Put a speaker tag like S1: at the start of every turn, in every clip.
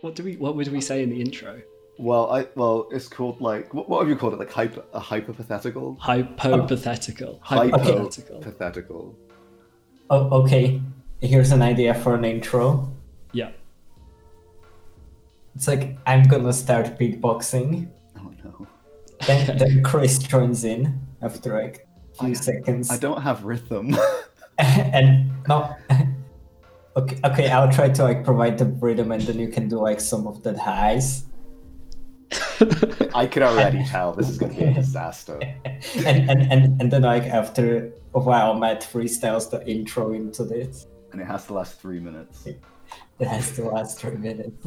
S1: What do we? What would we say in the intro?
S2: Well, I well, it's called like what, what have you called it? Like hyper a hyperpathetical,
S1: Hypopathetical. Hypopathetical.
S2: hypopathetical.
S3: Oh, okay. Here's an idea for an intro.
S1: Yeah.
S3: It's like I'm gonna start beatboxing.
S2: Oh no,
S3: Then, then Chris joins in after like a few
S2: I-
S3: seconds.
S2: I don't have rhythm.
S3: and no. okay, okay. I'll try to like provide the rhythm, and then you can do like some of the highs.
S2: I could already tell this is going to be a disaster.
S3: and, and and and then like after a while, Matt freestyles the intro into this.
S2: and it has to last three minutes.
S3: It has to last three minutes.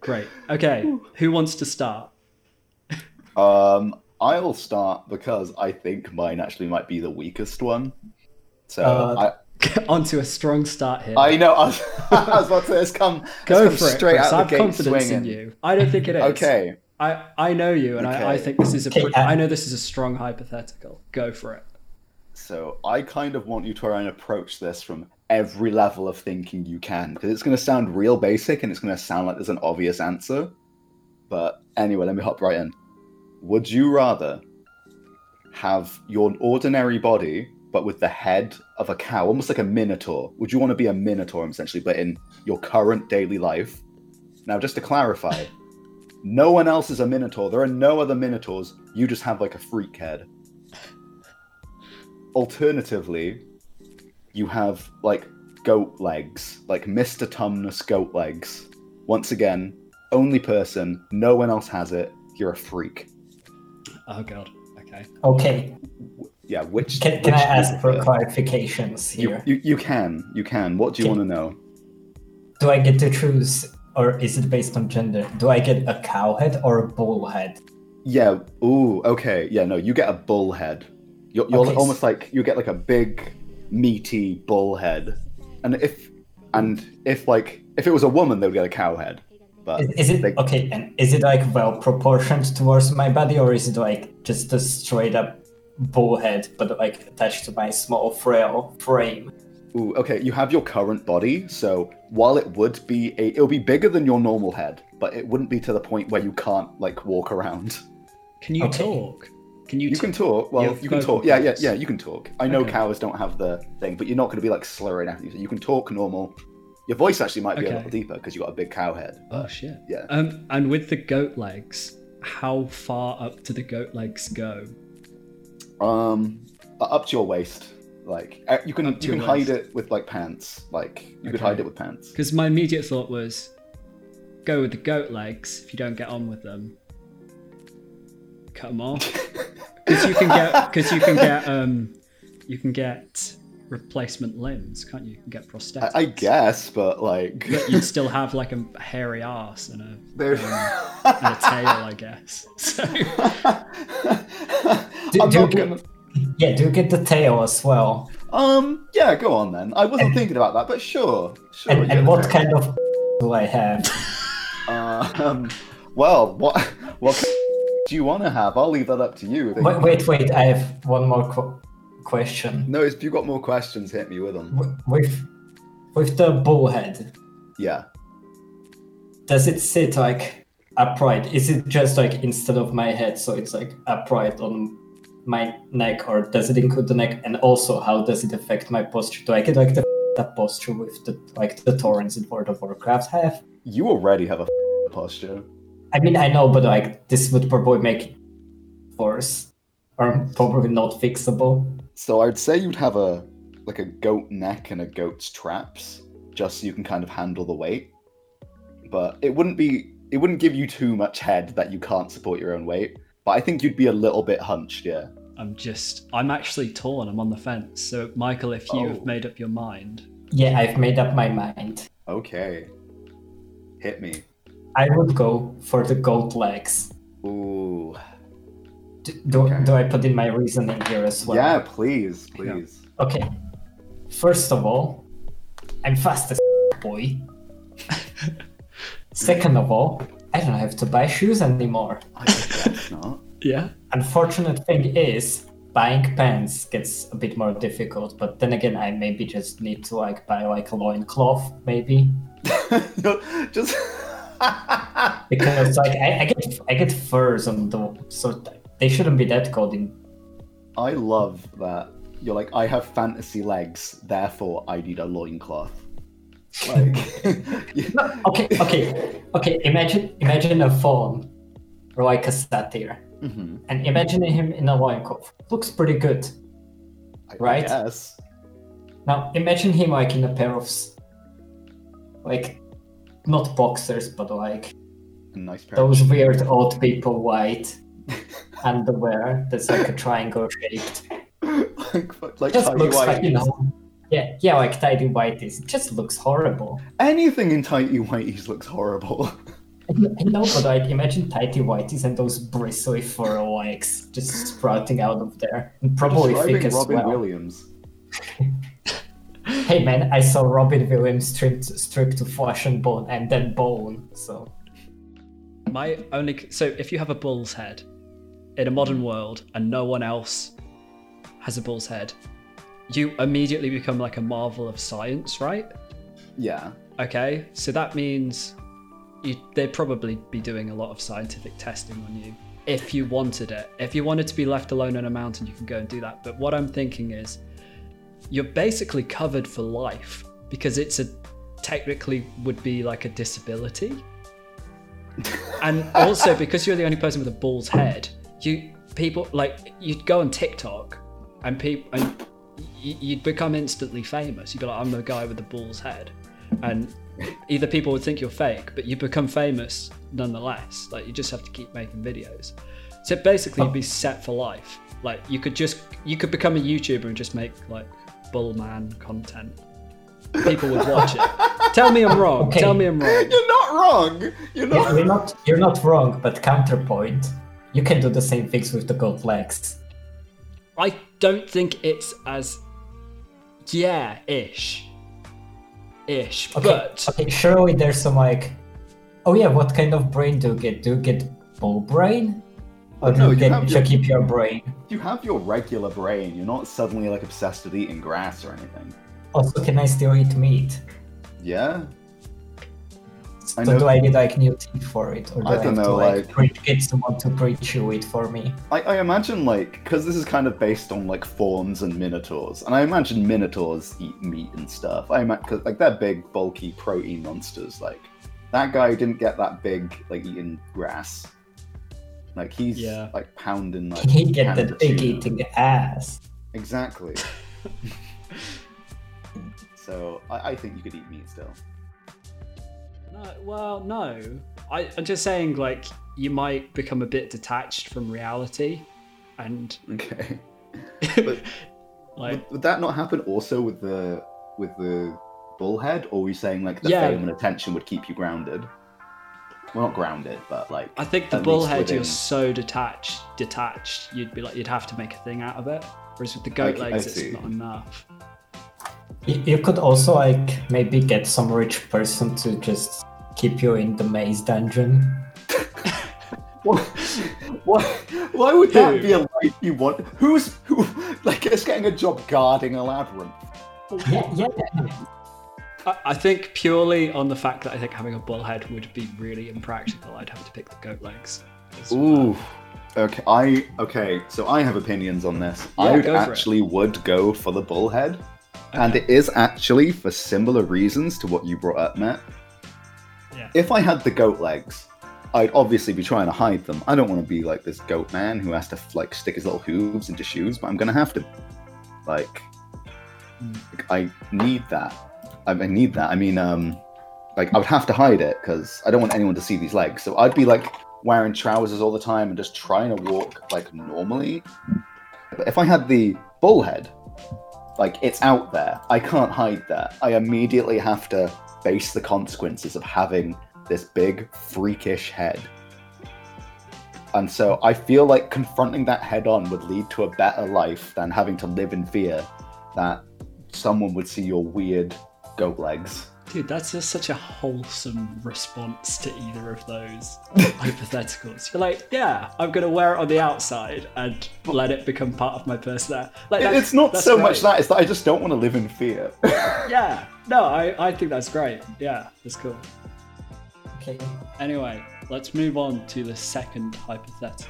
S1: Great. Okay. Who wants to start?
S2: Um, I'll start because I think mine actually might be the weakest one. So
S3: Uh,
S1: Onto a strong start here.
S2: I, I know I was, I was about to say it's come
S1: Go
S2: it's come
S1: for it.
S2: straight
S1: Chris. I
S2: out
S1: have
S2: the gate
S1: confidence in
S2: swinging.
S1: you. I don't think it is.
S2: Okay,
S1: I, I know you, and I, I
S2: Okay.
S1: think this is a.
S3: Okay,
S1: pr-
S3: uh,
S1: I know this is a strong hypothetical. Go for it.
S2: so I kind of want you to try and approach this from every level of thinking you can because it's going to sound real basic and it's going to sound like there's an obvious answer. But anyway, let me hop right in. Would you rather have your ordinary body but with the head of a cow, almost like a minotaur? Would you want to be a minotaur essentially, but in your current daily life? Now, just to clarify, no one else is a minotaur. There are no other minotaurs. You just have like a freak head. Alternatively, you have like goat legs, like Mr. Tumnus goat legs. Once again, only person, no one else has it. You're a freak.
S1: Oh god. Okay.
S3: Okay.
S2: Yeah, which
S3: Can, can
S2: which
S3: I
S2: do you
S3: ask for
S2: prefer?
S3: clarifications
S2: You,
S3: here?
S2: you you can you can. What do you
S3: Can-
S2: want to know?
S3: Do I get to choose, or is it based on gender? Do I get a cow head or a bull head?
S2: Yeah. Ooh. Okay. Yeah. No. You get a bull head. You're, you're
S3: Okay, s-
S2: almost like you get like a big, meaty bull head, and if and if like if it was a woman, they would get a cow head. But
S3: Is, is it
S2: they-
S3: okay? And is it like well proportioned towards my body, or is it like just a straight up bull head, but like attached to my small frail frame?
S2: Ooh, okay, you have your current body, so while it would be a, it'll be bigger than your normal head, but it wouldn't be to the point where you can't like walk around.
S1: Can you
S3: Okay.
S1: talk? Can you?
S2: You
S1: t-
S2: can talk. Well,
S1: You
S2: you,
S1: have
S2: can
S1: vocal
S2: talk. Yeah, yeah,
S1: cords.
S2: yeah. You can talk. I know
S1: Okay.
S2: cows don't have the thing, but you're not going to be like slurring everything. So you can talk normal. Your voice actually might be
S1: Okay.
S2: a little deeper because you got a big cow head.
S1: oh shit.
S2: Yeah.
S1: Um. And with the goat legs, how far up do the goat legs go?
S2: Um, uh, up to your waist. Like uh, you can
S1: Up to
S2: you can
S1: your
S2: hide
S1: waist.
S2: it with like pants. Like you could
S1: Okay.
S2: hide it with pants.
S1: Because my immediate thought was, go with the goat legs. If you don't get on with them, cut them off. Because you can get, because you can get, um, you can get replacement limbs, can't you? You can get prosthetics.
S2: I, I guess, but like
S1: But you'd still have like a hairy ass and a,
S2: there's.
S1: and a tail, I guess. So
S3: Do,
S2: I'm
S3: do you
S2: not gonna-
S3: get, yeah, do you get the tail as well?
S2: Um, yeah, go on then. I wasn't thinking about that, but sure, sure.
S3: And,
S2: Oh, yeah.
S3: and what kind of do I have?
S2: Um, well, what what kind of do you want to have? I'll leave that up to you.
S3: Wait, wait, wait. I have one more qu- question.
S2: No, if you've got more questions, hit me with them.
S3: W- With with the bull head,
S2: Yeah.
S3: does it sit like upright? Is it just like instead of my head, so it's like upright on my neck, or does it include the neck? And also, how does it affect my posture? Do I get like the that posture with the like the torrents in World of Warcraft have?
S2: You already have a posture.
S3: I mean, I know, but like this would probably make it worse, or probably not fixable.
S2: So I'd say you'd have a like a goat neck and a goat's traps, just so you can kind of handle the weight. But it wouldn't be it wouldn't give you too much head that you can't support your own weight. But I think you'd be a little bit hunched, yeah.
S1: I'm just, I'm actually torn. I'm on the fence. So Michael, if you've
S2: Oh.
S1: made up your mind,
S3: Yeah, I've made up my mind.
S2: Okay. Hit me.
S3: I would go for the goat legs.
S2: Ooh.
S3: D- Do,
S2: Okay.
S3: do I put in my reasoning here as well?
S2: yeah, please, please.
S3: Okay. First of all, I'm fast as boy. Second of all, I don't have to buy shoes anymore.
S2: I guess not.
S1: yeah,
S3: Unfortunate thing is, buying pants gets a bit more difficult, but then again, I maybe just need to like buy like a loincloth, maybe.
S2: No, just
S3: Because like I, I get I get furs on the so th- they shouldn't be that cold in
S2: I love that you're like I have fantasy legs, therefore I need a loincloth. Like yeah,
S3: No, okay, okay, okay. Imagine, imagine a fawn, or like a satyr,
S2: mhm.
S3: and imagine him in a loincloth. Looks pretty good.
S2: I- I
S3: Right.
S2: guess.
S3: Now imagine him like in a pair of, s- like, not boxers, but like
S2: A nice pair. of
S3: those weird old people white underwear that's like a triangle shaped.
S2: like fu- like
S3: Just
S2: tidy
S3: looks like you
S2: whities.
S3: know. Yeah, yeah, like tidy whities. It just looks horrible.
S2: Anything in tighty whities looks horrible.
S3: You know, but like imagine tighty whities and those bristly fur legs just sprouting out of there. And probably thick
S2: Describing
S3: as
S2: Robin
S3: well.
S2: Williams.
S3: Hey man, I saw Robin Williams stripped stripped to flesh and bone and then bone. So
S1: My only so if you have a bull's head in a modern world and no one else has a bull's head, you immediately become like a marvel of science, right?
S2: Yeah.
S1: Okay, so that means you, they'd probably be doing a lot of scientific testing on you if you wanted it. If you wanted to be left alone on a mountain, you can go and do that. But what I'm thinking is you're basically covered for life because it's a technically would be like a disability. and also because you're the only person with a bull's head, you people like you'd go on TikTok and people and y- you'd become instantly famous. You'd be like, I'm the guy with the bull's head, and either people would think you're fake, but you become famous nonetheless. Like you just have to keep making videos. So basically, you'd be set for life. Like you could just you could become a YouTuber and just make like bull man content. People would watch it. Tell me I'm wrong.
S3: Okay.
S1: Tell me I'm wrong.
S2: You're not wrong. You're
S3: yeah,
S2: not.
S3: you're not you're not wrong, but counterpoint, you can do the same things with the gold legs.
S1: I don't think it's as yeah ish ish,
S3: Okay,
S1: but
S3: okay, surely there's some like, oh yeah, what kind of brain do you get? Do you get bull brain, or do
S2: Oh, No,
S3: you
S2: you
S3: get
S2: have your-
S3: Shakipia brain?
S2: You have your regular brain. You're not suddenly like obsessed with eating grass or anything.
S3: Also, can I still eat meat?
S2: Yeah.
S3: So
S2: I know-
S3: do I need like new teeth for it, or do
S2: I
S3: I,
S2: don't
S3: have to
S2: know,
S3: like,
S2: like-
S3: pre- get someone to pre-chew it for me?
S2: I, I imagine like because this is kind of based on like fawns and minotaurs, and I imagine minotaurs eat meat and stuff. I imagine cause, like they're big, bulky protein monsters. Like that guy didn't get that big like eating grass. Like he's
S1: Yeah.
S2: like pounding like
S3: He get
S2: canned
S3: that big
S2: tuna.
S3: eating ass.
S2: Exactly. so I, I think you could eat meat still.
S1: No, well, no. I, I'm just saying, like, you might become a bit detached from reality, and
S2: Okay.
S1: like,
S2: would, would that not happen also with the with the bullhead, or were you saying like the
S1: Yeah.
S2: fame and attention would keep you grounded? Well, not grounded, but like
S1: I think the
S2: at least
S1: bullhead, you're
S2: within-
S1: so detached, detached. You'd be like, you'd have to make a thing out of it. Whereas with the goat
S2: Okay, I
S1: legs,
S2: see.
S1: it's not enough.
S3: Y- You could also like maybe get some rich person to just keep you in the maze dungeon.
S2: What, what, why would
S1: Who?
S2: that be a life you want? Who's who? Like, it's getting a job guarding a labyrinth.
S3: Yeah, yeah.
S1: I, I think purely on the fact that I think having a bullhead would be really impractical. I'd have to pick the goat legs. as well.
S2: Ooh. Okay, I okay. So I have opinions on this.
S1: Yeah,
S2: I would
S1: go for it.
S2: actually would go for the bullhead, and it is actually for similar reasons to what you brought up, Matt.
S1: Yeah.
S2: If I had the goat legs, I'd obviously be trying to hide them. I don't want to be like this goat man who has to like stick his little hooves into shoes, but I'm gonna have to. Like, like, I need that. I, I need that. I mean, um, like I would have to hide it because I don't want anyone to see these legs. So I'd be like wearing trousers all the time and just trying to walk like normally. But if I had the bull head, like it's out there. I can't hide that. I immediately have to face the consequences of having this big freakish head. And so I feel like confronting that head on would lead to a better life than having to live in fear that someone would see your weird goat legs.
S1: Dude, that's just such a wholesome response to either of those hypotheticals. You're like, yeah, I'm gonna wear it on the outside and let it become part of my personality. Like,
S2: It-
S1: that's-
S2: it's not
S1: that's
S2: so
S1: great.
S2: much that, it's that I just don't want to live in fear.
S1: Yeah, no, I, I think that's great. Yeah, that's cool.
S3: Okay.
S1: Anyway, let's move on to the second hypothetical.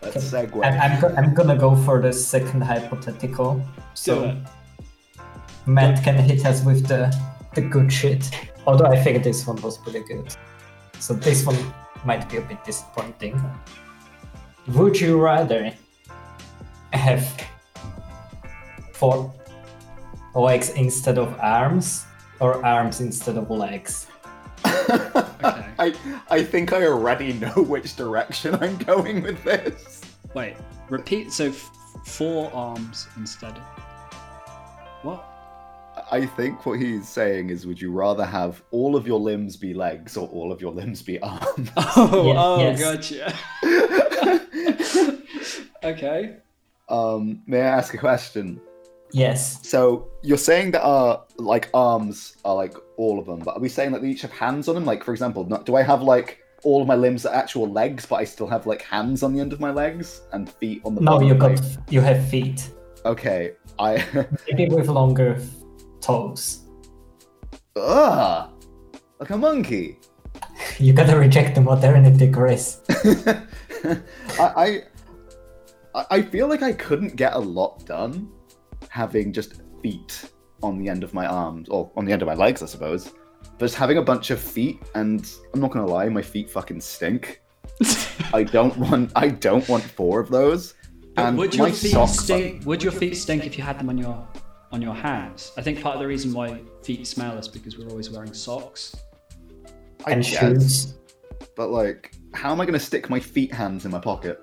S2: Let's segue.
S3: I'm, I'm, go- I'm gonna go for the second hypothetical.
S1: Do
S3: So
S1: it.
S3: Matt can hit us with the, the good shit. Although I think this one was pretty good. So this one might be a bit disappointing. Would you rather have four legs instead of arms or arms instead of legs?
S1: Okay.
S2: I, I think I already know which direction I'm going with this.
S1: Wait, repeat. So f- four arms instead. of... What?
S2: I think what he's saying is would you rather have all of your limbs be legs or all of your limbs be arms?
S1: Oh,
S3: Yes,
S1: oh,
S3: yes.
S1: gotcha. okay.
S2: um, may I ask a question?
S3: Yes.
S2: So you're saying that our like arms are like all of them, but are we saying that they each have hands on them? Like for example, not, do I have like all of my limbs are actual legs, but I still have like hands on the end of my legs and feet on the
S3: No,
S2: bottom
S3: you
S2: of my-
S3: got you have feet.
S2: Okay, I
S3: Maybe with longer toes.
S2: Ugh, like a monkey.
S3: You gotta reject the modernity, Chris.
S2: I, I I- I feel like I couldn't get a lot done having just feet on the end of my arms or on the end of my legs, I suppose. But just having a bunch of feet, and I'm not gonna lie, my feet fucking stink. I don't want I don't want four of those. And
S1: would
S2: my
S1: your feet
S2: sock
S1: stink? Would your feet stink if you had them on your on your hands? I think part of the reason why feet smell is because we're always wearing socks.
S2: I
S3: and
S2: guess,
S3: shoes.
S2: But like, how am I gonna stick my feet hands in my pocket?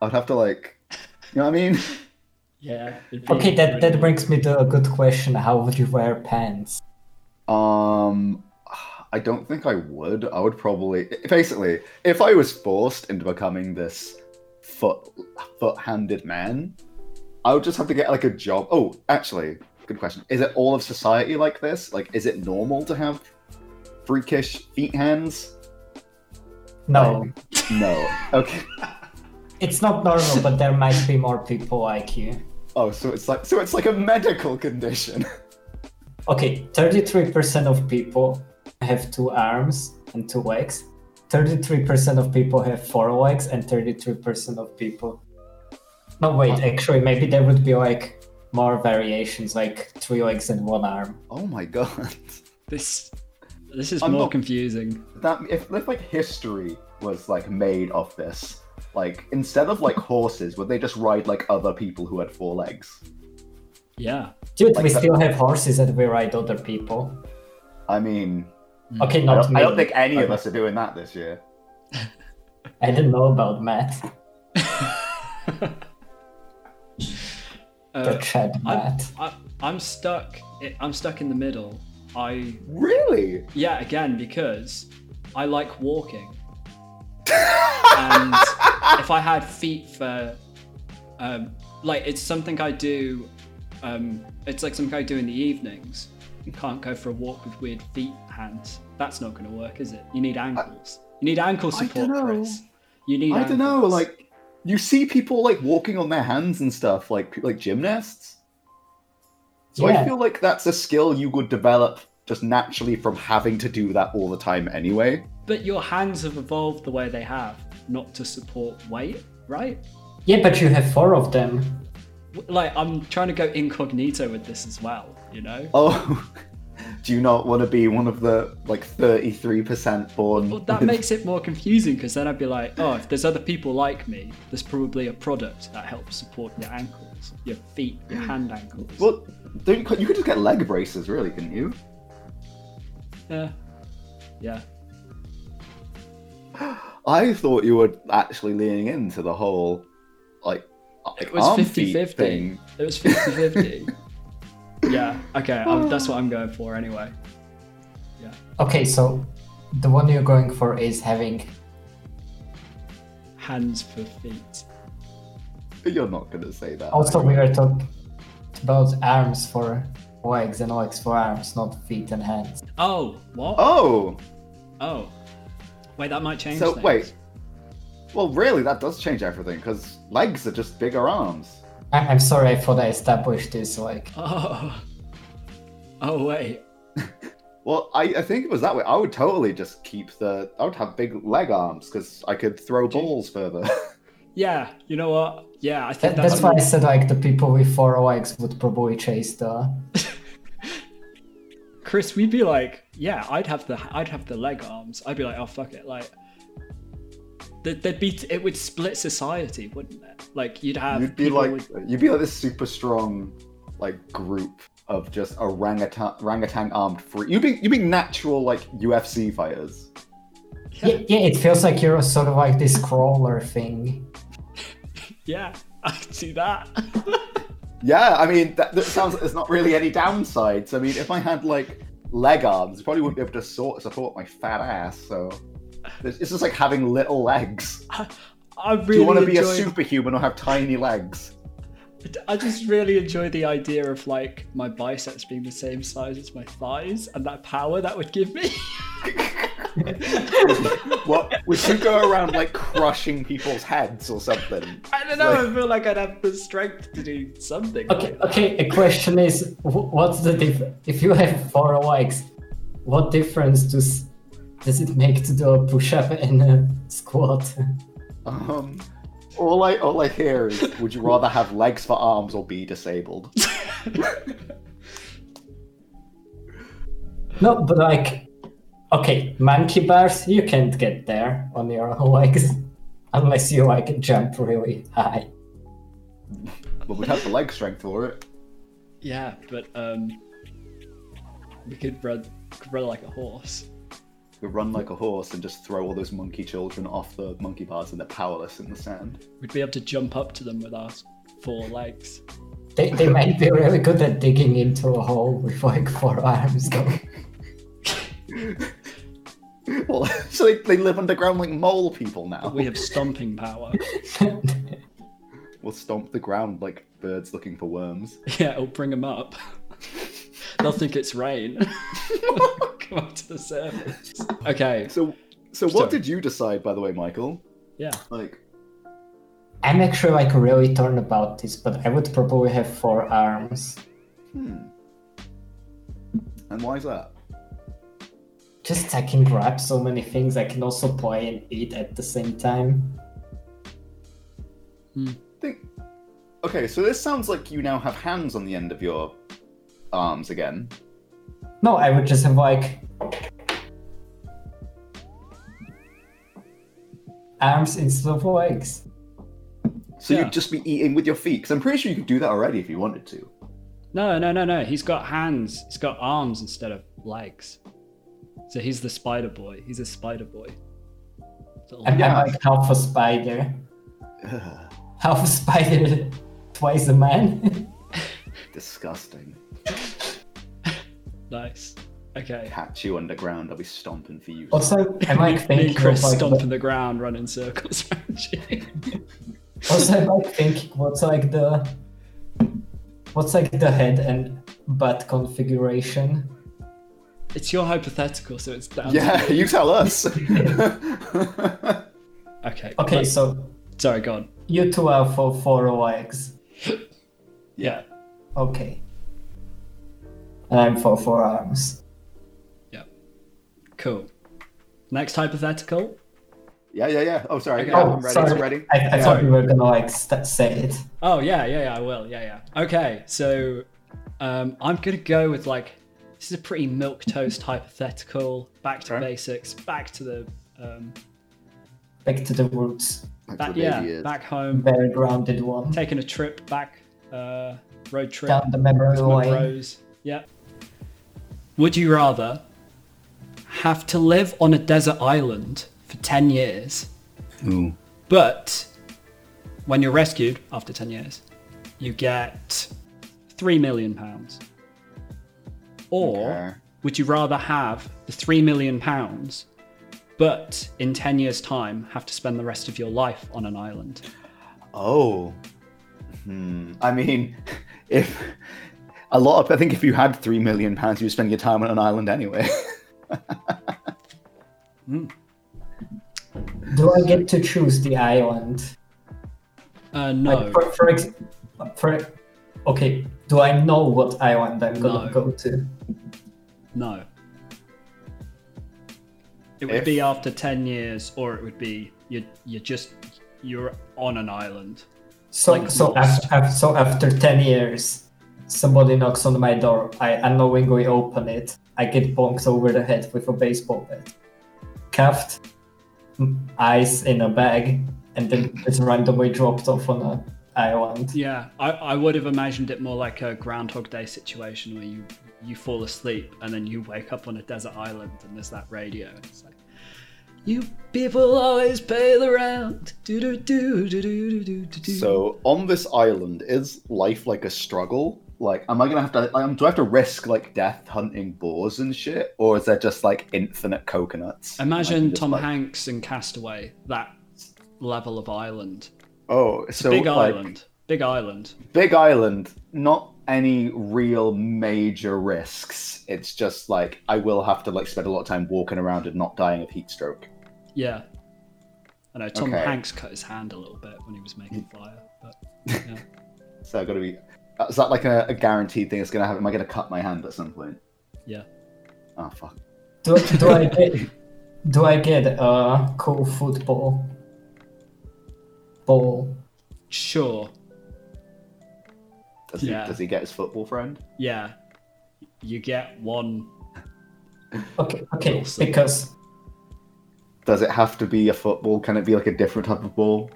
S2: I'd have to like, you know what I mean?
S1: Yeah. it'd be
S3: Okay, that, that
S1: really-
S3: brings me to a good question. How would you wear pants?
S2: Um, I don't think I would. I would probably basically, if I was forced into becoming this foot foot-handed man, I would just have to get like a job. Oh, actually, good question. Is it all of society like this? Like, is it normal to have freakish feet hands?
S3: No,
S2: No. Okay.
S3: it's not normal, but there might be more people like you.
S2: Oh, so it's like so it's like a medical condition.
S3: Okay, 33% of people have two arms and two legs. 33% of people have four legs, and 33% of people. No, wait, actually, maybe there would be like more variations, like three legs and one arm.
S2: Oh my god.
S1: This this is
S2: I'm
S1: more
S2: not-
S1: confusing.
S2: that if, if like history was like made of this like instead of like horses would they just ride like other people who had four legs
S1: Yeah.
S3: Dude,
S2: Like
S3: we
S2: that-
S3: still have horses and we ride other people.
S2: i mean
S3: Okay,
S2: Mm. I
S3: not
S2: don't,
S3: me.
S2: I don't think any of us are doing that this year
S3: I didn't know about Matt. The
S1: Uh,
S3: chat
S1: I'm,
S3: Matt.
S1: I, I'm stuck. I'm stuck in the middle. I
S2: really
S1: Yeah, again, because I like walking. and if I had feet for, um, like, it's something I do, um, it's like something I do in the evenings. You can't go for a walk with weird feet hands. That's not going to work, is it? You need ankles. you need ankle
S2: I
S1: support,
S2: dunno.
S1: Chris. You need.
S2: i don't know
S1: ankles.
S2: like you see people like walking on their hands and stuff like like gymnasts so i
S3: Yeah.
S2: feel like that's a skill you would develop just naturally from having to do that all the time anyway
S1: But your hands have evolved the way they have, not to support weight, right?
S3: Yeah, but you have four of them.
S1: W- Like, I'm trying to go incognito with this as well. You know.
S2: Oh, do you not want to be one of the like thirty-three percent born?
S1: Well, that
S2: with-
S1: makes it more confusing because then I'd be like, oh, if there's other people like me, there's probably a product that helps support your ankles, your feet, your hand ankles.
S2: Hmm. Well, don't you, you could just get leg braces, really, couldn't you?
S1: yeah. Yeah.
S2: I thought you were actually leaning into the whole like, like
S1: It was
S2: arm
S1: 50
S2: feet
S1: 50.
S2: thing.
S1: It was 50 50. yeah. Okay.
S2: Oh.
S1: I'm, that's what I'm going for anyway.
S3: Okay, so the one you're going for is having.
S1: Hands for feet.
S2: You're not gonna say that.
S3: Also,
S2: are
S3: we
S2: you?
S3: were talking about arms for legs and legs for arms, not feet and hands.
S1: Oh, what? Oh.
S2: Oh,
S1: Wait, that might change.
S2: so
S1: things.
S2: wait. Well, really, that does change everything because legs are just bigger arms.
S3: I- I'm sorry I thought I established this like
S1: Oh. Oh wait.
S2: Well, I, I think it was that way. I would totally just keep the. I would have big leg arms because I could throw balls further.
S1: Yeah. You know what? Yeah, I think
S3: That- that's
S1: that's.
S3: why I said like the people with four legs would probably chase the
S1: Chris, we'd be like, yeah, I'd have the I'd have the leg arms. I'd be like, oh fuck it, like. there- There'd be it would split society, wouldn't it? Like you'd have
S2: you'd be
S1: people
S2: like
S1: with-
S2: you'd be like this super strong, like group of just orangutan orangutan armed free. You'd be you'd be natural like UFC fighters.
S3: yeah, yeah it feels like you're sort of like this crawler thing
S1: yeah, I could see that.
S2: Yeah, I mean that, that sounds. There's not really any downsides. I mean, if I had like leg arms, I probably wouldn't be able to sort support my fat ass. So it's it's just like having little legs.
S1: I really
S2: Do you want to be a
S1: enjoy-
S2: superhuman or have tiny legs?
S1: I just really enjoy the idea of like my biceps being the same size as my thighs and that power that would give me.
S2: What would you go around like crushing people's heads or something?
S1: I don't know. I feel like I'd have the strength to do something.
S3: okay
S1: like that.
S3: okay a question is wh- what's the difference if you have four legs what difference does does it make to do a push-up and a squat
S2: Um, all I all I hear is, would you rather have legs for arms or be disabled?
S3: no but like okay monkey bars you can't get there on your own legs unless you like jump really high
S2: But we'd have the leg strength for it.
S1: Yeah, but um, we could run, could run like a horse.
S2: We run like a horse and just throw all those monkey children off the monkey bars, and they're powerless in the sand.
S1: We'd be able to jump up to them with our four legs.
S3: They, they might be really good at digging into a hole with like four arms. though.
S2: Well, so they, they live underground like mole people now.
S1: We
S3: Oh.
S1: have stomping power.
S2: We'll stomp the ground like birds looking for worms.
S1: Yeah, it'll bring them up. They'll think it's rain. Come up to the surface. Okay.
S2: So, so
S1: Sorry.
S2: what did you decide, by the way, Michael?
S1: Yeah.
S2: Like,
S3: I'm actually like really torn about this, but I would probably have four arms.
S2: and why is that?
S3: Just I can grab so many things. I can also play and eat at the same time.
S2: Think. Okay, so this sounds like you now have hands on the end of your arms again.
S3: No, I would just have like arms instead of legs.
S2: So
S1: Yeah.
S2: you'd just be eating with your feet, because I'm pretty sure you could do that already if you wanted to.
S1: No, no, no, no. He's got hands. He's got arms instead of legs. So he's the spider boy. He's a spider boy. Little-
S3: I'm,
S2: Yeah.
S3: I'm like half a spider,
S2: Ugh,
S3: half a spider, twice a man.
S2: disgusting.
S1: Nice. Okay.
S2: Catch you underground, I'll be stomping for you.
S3: Also, I'm like
S1: Me
S3: thinking
S1: and Chris
S3: of like
S1: stomp
S3: the-
S1: in the ground, running circles around you.
S3: Also, I'm like thinking what's like the what's like the head and butt configuration.
S1: It's your hypothetical, so it's down. to
S2: Yeah,
S1: you.
S2: you tell us.
S1: Okay.
S3: Okay,
S1: but-
S3: so
S1: Sorry. Go on.
S3: you two are for four legs.
S1: Yeah.
S3: Okay. And I'm for four arms.
S1: Cool. Next hypothetical.
S2: yeah, yeah, yeah. Oh, sorry.
S1: Okay.
S2: Yeah, I'm
S3: oh,
S2: ready.
S3: sorry.
S2: I'm ready.
S3: I, I thought
S1: Sorry.
S3: we were gonna like st- say it.
S1: Oh yeah, yeah, yeah. I will. Yeah, yeah. Okay. So, um, I'm gonna go with like this is a pretty milk toast hypothetical. Back to
S2: Okay.
S1: basics. Back to the um,
S3: Back to the roots.
S2: That's
S1: back,
S2: what the
S1: yeah,
S2: baby is.
S1: back home,
S3: Very grounded one.
S1: taking a trip back, uh, road trip.
S3: Down the memory
S1: with my
S3: lane.
S1: bros. Yeah. Would you rather have to live on a desert island for ten years,
S2: Ooh.
S1: but when you're rescued after ten years, you get three million pounds, or
S2: Okay.
S1: would you rather have the three million pounds, but in ten years' time have to spend the rest of your life on an island?
S2: Oh. Hmm. I mean, if a lot of I think if you had three million pounds, you would spend your time on an island anyway.
S3: Do I get to choose the island?
S1: Uh,
S3: Like
S1: no,
S3: for, for, ex- for okay, do I know what island I'm gonna
S1: No.
S3: go to?
S1: no. It would
S2: If-
S1: be after ten years, or it would be you. You're just you're on an island.
S3: So
S1: Like
S3: so
S1: lost.
S3: after, so after ten years, somebody knocks on my door. I unknowingly open it. I get bonked over the head with a baseball bat, cuffed, m- eyes in a bag, and then it's randomly dropped off on a island.
S1: Yeah, I, I would have imagined it more like a Groundhog Day situation where you you fall asleep and then you wake up on a desert island and there's that radio and it's like, you people always pay the rent. Do do do do do do do do.
S2: so on this island, is life like a struggle? Like, am I gonna have to? Um, do I have to risk like death hunting boars and shit, or is there just like infinite coconuts? and I can
S1: imagine
S2: just,
S1: Tom
S2: like-
S1: Hanks and Castaway that level of island,
S2: Oh, so
S1: big
S2: like,
S1: island, big island.
S2: Big Island, not any real major risks. It's just like I will have to like spend a lot of time walking around and not dying of heat stroke.
S1: Yeah, I know Tom
S2: Okay.
S1: Hanks cut his hand a little bit when he was making fire, but
S2: So I've got to be. Is that like a, a guaranteed thing? It's gonna happen. Am I gonna cut my hand at some point?
S1: yeah.
S2: Oh fuck.
S3: Do, do I get do I get a cool football ball?
S1: Sure.
S2: Does he,
S1: Yeah.
S2: does he get his football friend?
S1: Yeah. You get one.
S3: Okay, okay,
S1: Wilson.
S3: because
S2: Does it have to be a football? Can it be like a different type of ball?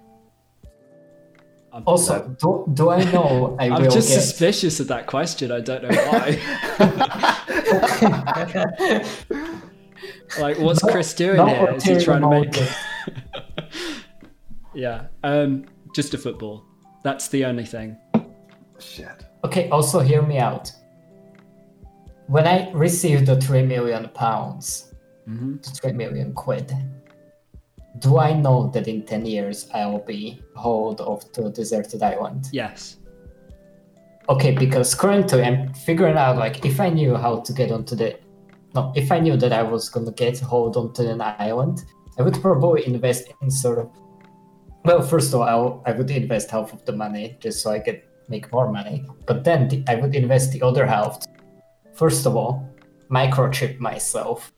S1: I'm,
S3: also do, do I know I
S1: I'm
S3: will
S1: just
S3: get
S1: suspicious of that question. I don't know why. like, what's
S3: No-
S1: Chris doing
S3: no
S1: here? Is he
S3: ulterior
S1: trying to make.
S3: motive.
S1: yeah. Um, just a football. That's the only thing.
S2: Shit.
S3: Okay, also hear me out. When I received the three million pounds,
S1: Mm-hmm.
S3: the three million quid, do I know that in ten years I'll be hauled off to a deserted island?
S1: Yes.
S3: Okay, because currently I'm figuring out like if I knew how to get onto the no, if I knew that I was gonna get hold onto an island, I would probably invest in sort of well, first of all, I'll, I would invest half of the money just so I could make more money. But then the, I would invest the other half. First of all, microchip myself.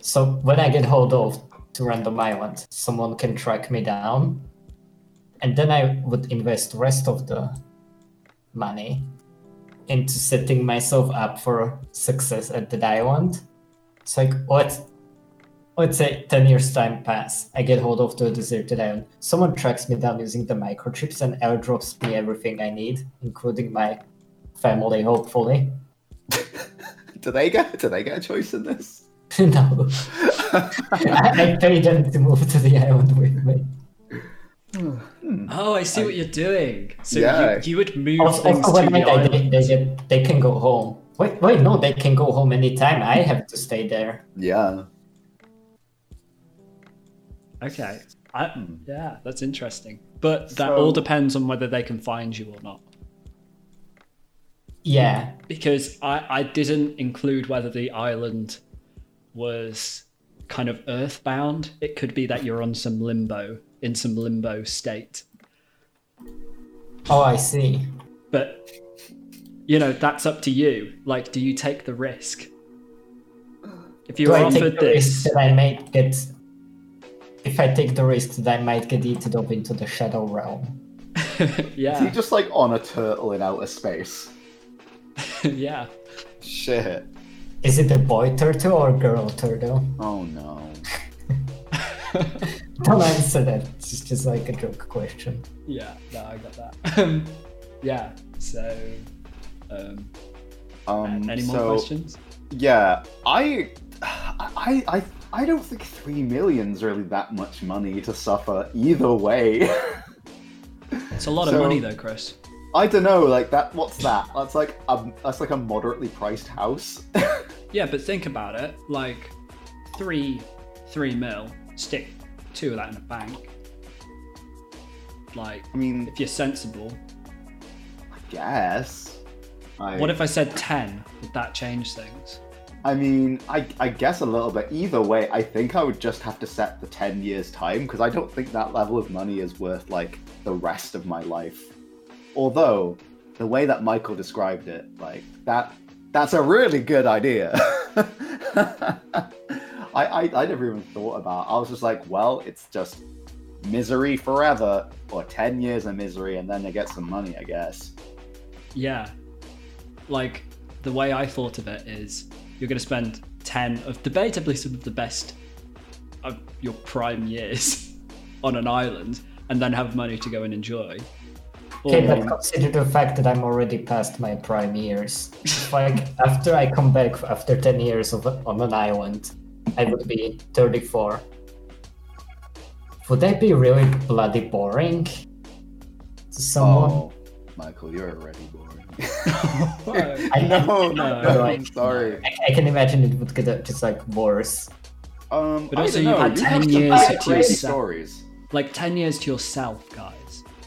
S3: So when I get hold of to random island, someone can track me down and then I would invest the rest of the money into setting myself up for success at the island. It's like what let's say ten years time pass. I get hold of the deserted island. Someone tracks me down using the microchips and airdrops me everything I need, including my family, hopefully.
S2: Do they get? Do they get a choice in this?
S3: no. I, I pay them to move to the island with me.
S1: Oh, I see what you're doing. So
S2: Mm. Yeah.
S1: you, you would move
S3: Also,
S1: things
S3: also
S1: to
S3: when
S1: the
S3: I die, they,
S1: island.
S3: they, get, they can go home. Wait, wait, no, they can go home anytime. I have to stay there.
S2: Yeah.
S1: Okay. I, yeah, that's interesting. But that
S2: Hmm. So-
S1: all depends on whether they can find you or not.
S3: Yeah.
S1: because I, I didn't include whether the island was kind of earthbound. It could be that you're on some limbo, in some limbo state.
S3: Oh, I see.
S1: But, you know, that's up to you. Like, do you take the risk? If you
S3: Do
S1: were
S3: I take
S1: offered
S3: the risk
S1: this,
S3: that I might get? If I take the risk that I might get eaten up into the shadow realm.
S2: Is he
S1: yeah,
S2: just like on a turtle in outer space?
S1: yeah.
S2: Shit.
S3: Is it a boy turtle or girl turtle?
S2: Oh no.
S3: Don't answer that. It's just like a joke question.
S1: Yeah, no, I got that. Um, yeah, so. Um,
S2: Um,
S1: any more
S2: so-
S1: questions?
S2: Yeah, I, I, I, I don't think three million's really that much money to suffer either way.
S1: It's a lot of
S2: so-
S1: money, though, Chris.
S2: I don't know, like that. What's that? That's like a, that's like a moderately priced house.
S1: Yeah, but think about it. Like three, three mil. Stick two of that in a bank. Like
S2: I mean,
S1: if you're sensible,
S2: I guess. I,
S1: What if I said 10? Would that change things?
S2: I mean, I, I guess a little bit. Either way, I think I would just have to set the 10 years' time because I don't think that level of money is worth, like, the rest of my life. Although, the way that Michael described it, like, that that's a really good idea. I, I, I never even thought about it. I was just like, well, it's just misery forever or 10 years of misery and then they get some money, I guess.
S1: Yeah. Like, the way I thought of it is you're going to spend 10 of debatably some of the best of your prime years on an island and then have money to go and enjoy.
S3: Okay,
S1: Or-
S3: but consider the fact that I'm already past my prime years. If, like after I come back after ten years of on an island, I would be thirty-four. Would that be really bloody boring to someone?
S2: Oh, Michael, you're already boring.
S3: I
S2: no, no,
S1: No.
S2: I'm sorry.
S3: I, I can imagine it would get uh, just like worse.
S2: Um,
S1: But
S2: I
S1: also
S2: don't
S1: you've
S2: know,
S1: had
S2: you
S1: 10
S2: have some
S1: years
S2: pretty
S1: to
S2: crazy
S1: yourself.
S2: stories.
S1: like 10 years to yourself, guys.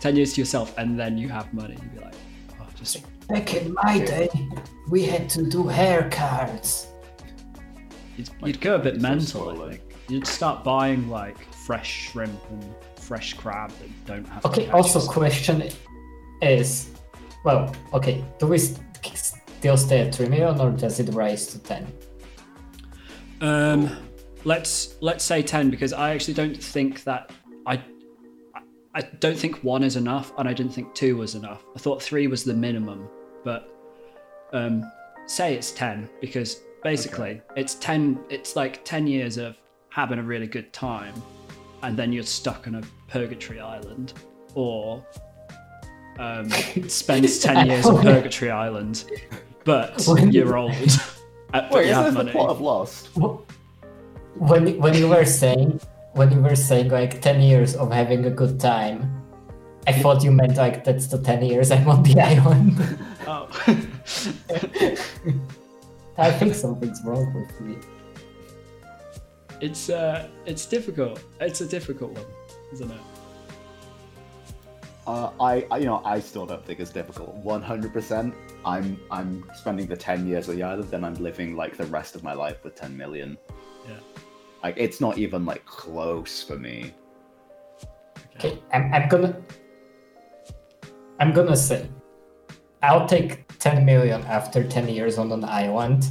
S1: 10 years to yourself, and then you have money. You'd be like, oh, just.
S3: Back in my day, we had to do haircuts.
S1: You'd, you'd go a bit
S2: it's so
S1: mental, I
S2: spoiler.
S1: think. You'd start buying, like, fresh shrimp and fresh crab that you don't have. to
S3: Okay.
S1: catch
S3: Also,
S1: yourself.
S3: question is, well, okay, do we st- still stay at three million or does it rise to ten?
S1: Um, let's let's say ten because I actually don't think that I I don't think one is enough, and I didn't think two was enough. I thought three was the minimum, but um, say it's ten because basically it's ten. It's like ten years of having a really good time, and then you're stuck on a purgatory island, or um, spends ten years on purgatory island, but
S3: When-
S1: you're old. uh, but
S2: Wait,
S1: you
S2: is
S1: have
S2: this the
S1: money.
S2: plot of Lost?
S3: Wh- When you- when you were saying when you were saying like ten years of having a good time, I thought you meant like that's the ten years I'm on the island.
S1: Oh.
S3: I think something's wrong with me.
S1: it's uh it's difficult. It's a difficult one, isn't it?
S2: Uh, I, I, you know, I still don't think it's difficult. One hundred percent. I'm, I'm spending the ten years on the island, then I'm living like the rest of my life with ten million.
S1: Yeah.
S2: Like it's not even like close for me.
S3: Okay, I'm, I'm gonna I'm gonna say I'll take 10 million after 10 years on an island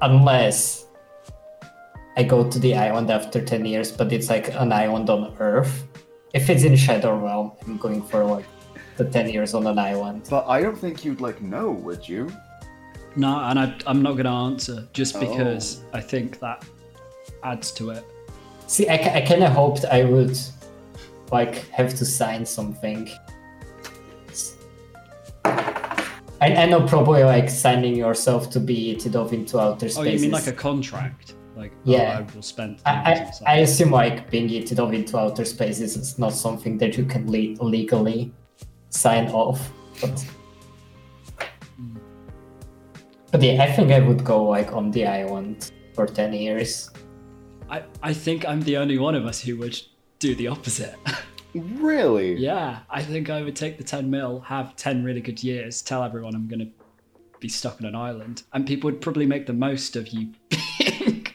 S3: unless I go to the island after 10 years but it's like an island on earth if it's in Shadow Realm I'm going for like the 10 years on an island
S2: But I don't think you'd like know, would you?
S1: No, and I, I'm not going to answer just because
S2: Oh.
S1: I think that adds to it.
S3: see I, ki- I kind of hoped I would like have to sign something I, I know probably like signing yourself to be eated off into outer space
S1: Oh, you mean like
S3: is-
S1: a contract? Like,
S3: Yeah.
S1: oh, I will spend.
S3: I, I,
S1: thousands of
S3: I
S1: dollars.
S3: assume like being eaten off into outer space is is not something that you can le- legally sign off. But, but yeah, I think I would go like on the island for ten years.
S1: I, I think I'm the only one of us who would do the opposite.
S2: Really?
S1: yeah, I think I would take the 10 mil, have 10 really good years, tell everyone I'm going to be stuck on an island, and people would probably make the most of you. being-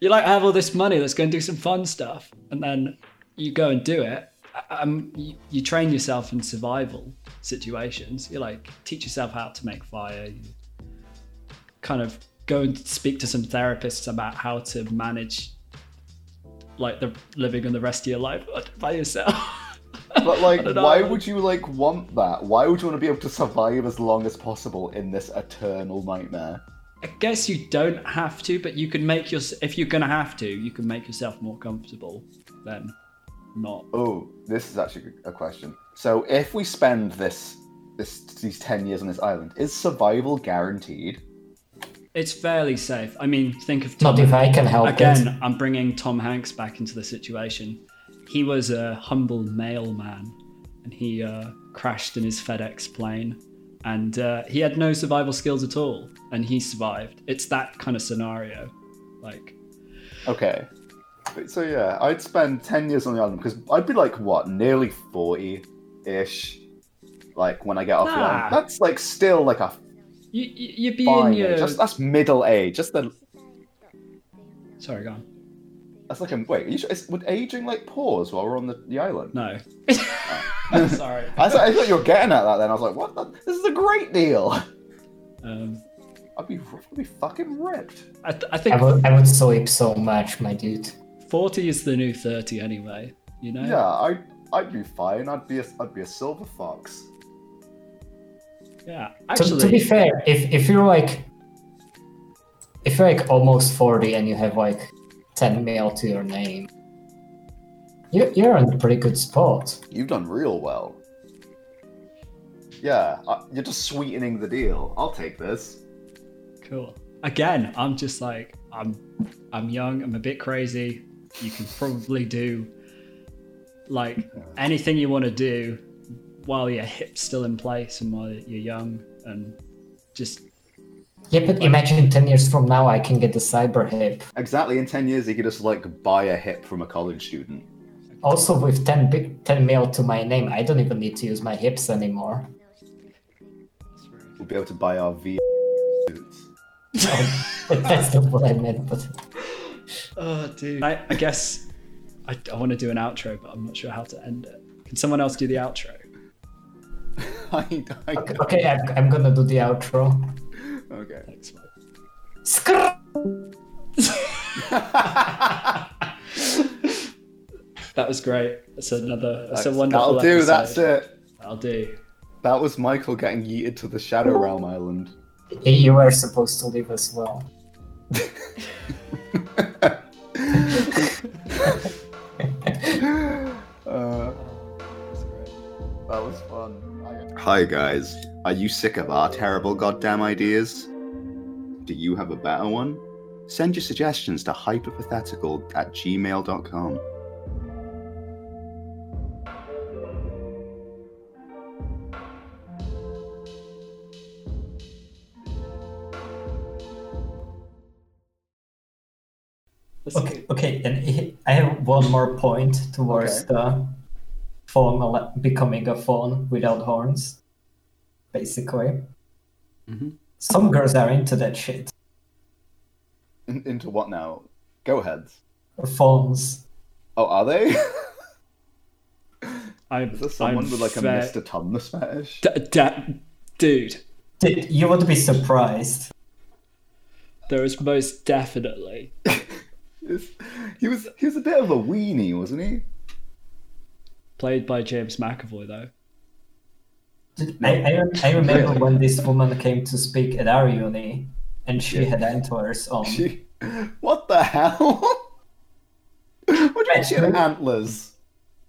S1: you like have all this money, let's go and do some fun stuff, and then you go and do it. Um, you, you train yourself in survival situations. You like teach yourself how to make fire. You kind of go and speak to some therapists about how to manage like the living and the rest of your life by yourself.
S2: But like,
S1: don't know.
S2: why would you like want that? Why would you want to be able to survive as long as possible in this eternal nightmare?
S1: I guess you don't have to, but you can make your if you're gonna have to, you can make yourself more comfortable than not.
S2: Oh, this is actually a question. So, if we spend this, this these ten years on this island, is survival guaranteed?
S1: It's fairly safe. I mean, think of Tom
S3: Not if I can help
S1: again.
S3: it.
S1: I'm bringing Tom Hanks back into the situation. He was a humble mailman, and he uh, crashed in his FedEx plane, and uh, he had no survival skills at all, and he survived. It's that kind of scenario, like
S2: Okay. But- So yeah, I'd spend ten years on the island because I'd be like what, nearly forty-ish, like when I get off the island.
S1: Nah.
S2: That's like still like a
S1: You, you, you'd be
S2: fine
S1: in
S2: age.
S1: your.
S2: That's, that's middle age. That's the
S1: Sorry, go on.
S2: that's like a wait. Are you sure, is, would aging like pause while we're on the, the island?
S1: No.
S2: Oh.
S1: Sorry.
S2: I, thought, I thought you were getting at that. Then I was like, what? the- This is a great deal.
S1: Um,
S2: I'd be I'd be fucking ripped.
S1: I, th- I
S3: I
S1: think
S3: would, I would sleep so much, my dude.
S1: 40 is the new 30 anyway, you know?
S2: Yeah, I I'd be fine. I'd be a, I'd be a silver fox.
S1: Yeah.
S3: To,
S1: Actually,
S3: to be fair, if if you're like, if you're like almost forty and you have like ten mil to your name, you you're in a pretty good spot.
S2: You've done real well. Yeah, I, you're just sweetening the deal. I'll take this.
S1: cool. Again, I'm just like, I'm, I'm young, I'm a bit crazy. You can probably do like anything you want to do while your hip's still in place and while you're young and just
S3: Yeah, but imagine ten years from now I can get the cyber hip.
S2: Exactly. In ten years, you could just like buy a hip from a college student.
S3: Also, with 10, bi- 10 mil to my name, I don't even need to use my hips anymore.
S2: We'll be able to buy our V suits.
S3: That's not what I meant, but
S1: Oh, dude. I, I guess I, I want to do an outro, but I'm not sure how to end it. Can someone else do the outro?
S2: I, I,
S3: okay, I'm, I'm gonna do the outro.
S2: okay.
S1: Thanks, mate.
S3: Skrrr!
S1: That was great. That's another. That's a wonderful.
S2: That'll do.
S1: episode.
S2: That's it.
S1: That'll do.
S2: That was Michael getting yeeted to the Shadow Realm Island.
S3: You were supposed to leave as well.
S2: Uh, that was fun. Hi guys, are you sick of our terrible goddamn ideas? Do you have a better one? Send your suggestions to hypothetical at gmail.com.
S1: That's
S3: Okay, okay, and I- I have one more point towards
S2: Okay.
S3: the phone ele- becoming a phone without horns, basically.
S2: Mm-hmm.
S1: Mhm.
S3: Some girls are into that shit.
S2: In- into what now? Go heads.
S3: Phones.
S2: Oh, are they?
S1: I,
S2: Is there someone
S1: I'm
S2: with like a
S1: fair-
S2: Mr. Tumnus fetish?
S1: D- d- dude,
S3: Dude, you would be surprised.
S1: there is most definitely.
S2: He was he was a bit of a weenie, wasn't he?
S1: Played by James McAvoy, though.
S3: Dude, I, I, rem- I remember
S2: Really?
S3: when this woman came to speak at our uni and she
S2: Yeah.
S3: had antlers on.
S2: She, what the hell? what do you mean she had
S3: Right.
S2: antlers?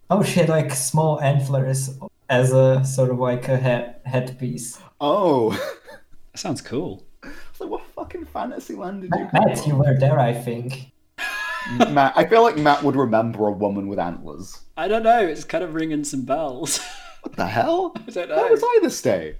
S3: Oh, she had like small antlers as a sort of like a head headpiece.
S2: Oh,
S1: That sounds cool.
S2: it's like what fucking fantasy land did you?
S3: Matt, you were there, I think.
S2: come- Matt, I feel like Matt would remember a woman with antlers.
S1: I don't know. It's kind of ringing some bells.
S2: What the hell?
S1: I don't know.
S2: Where was I this day?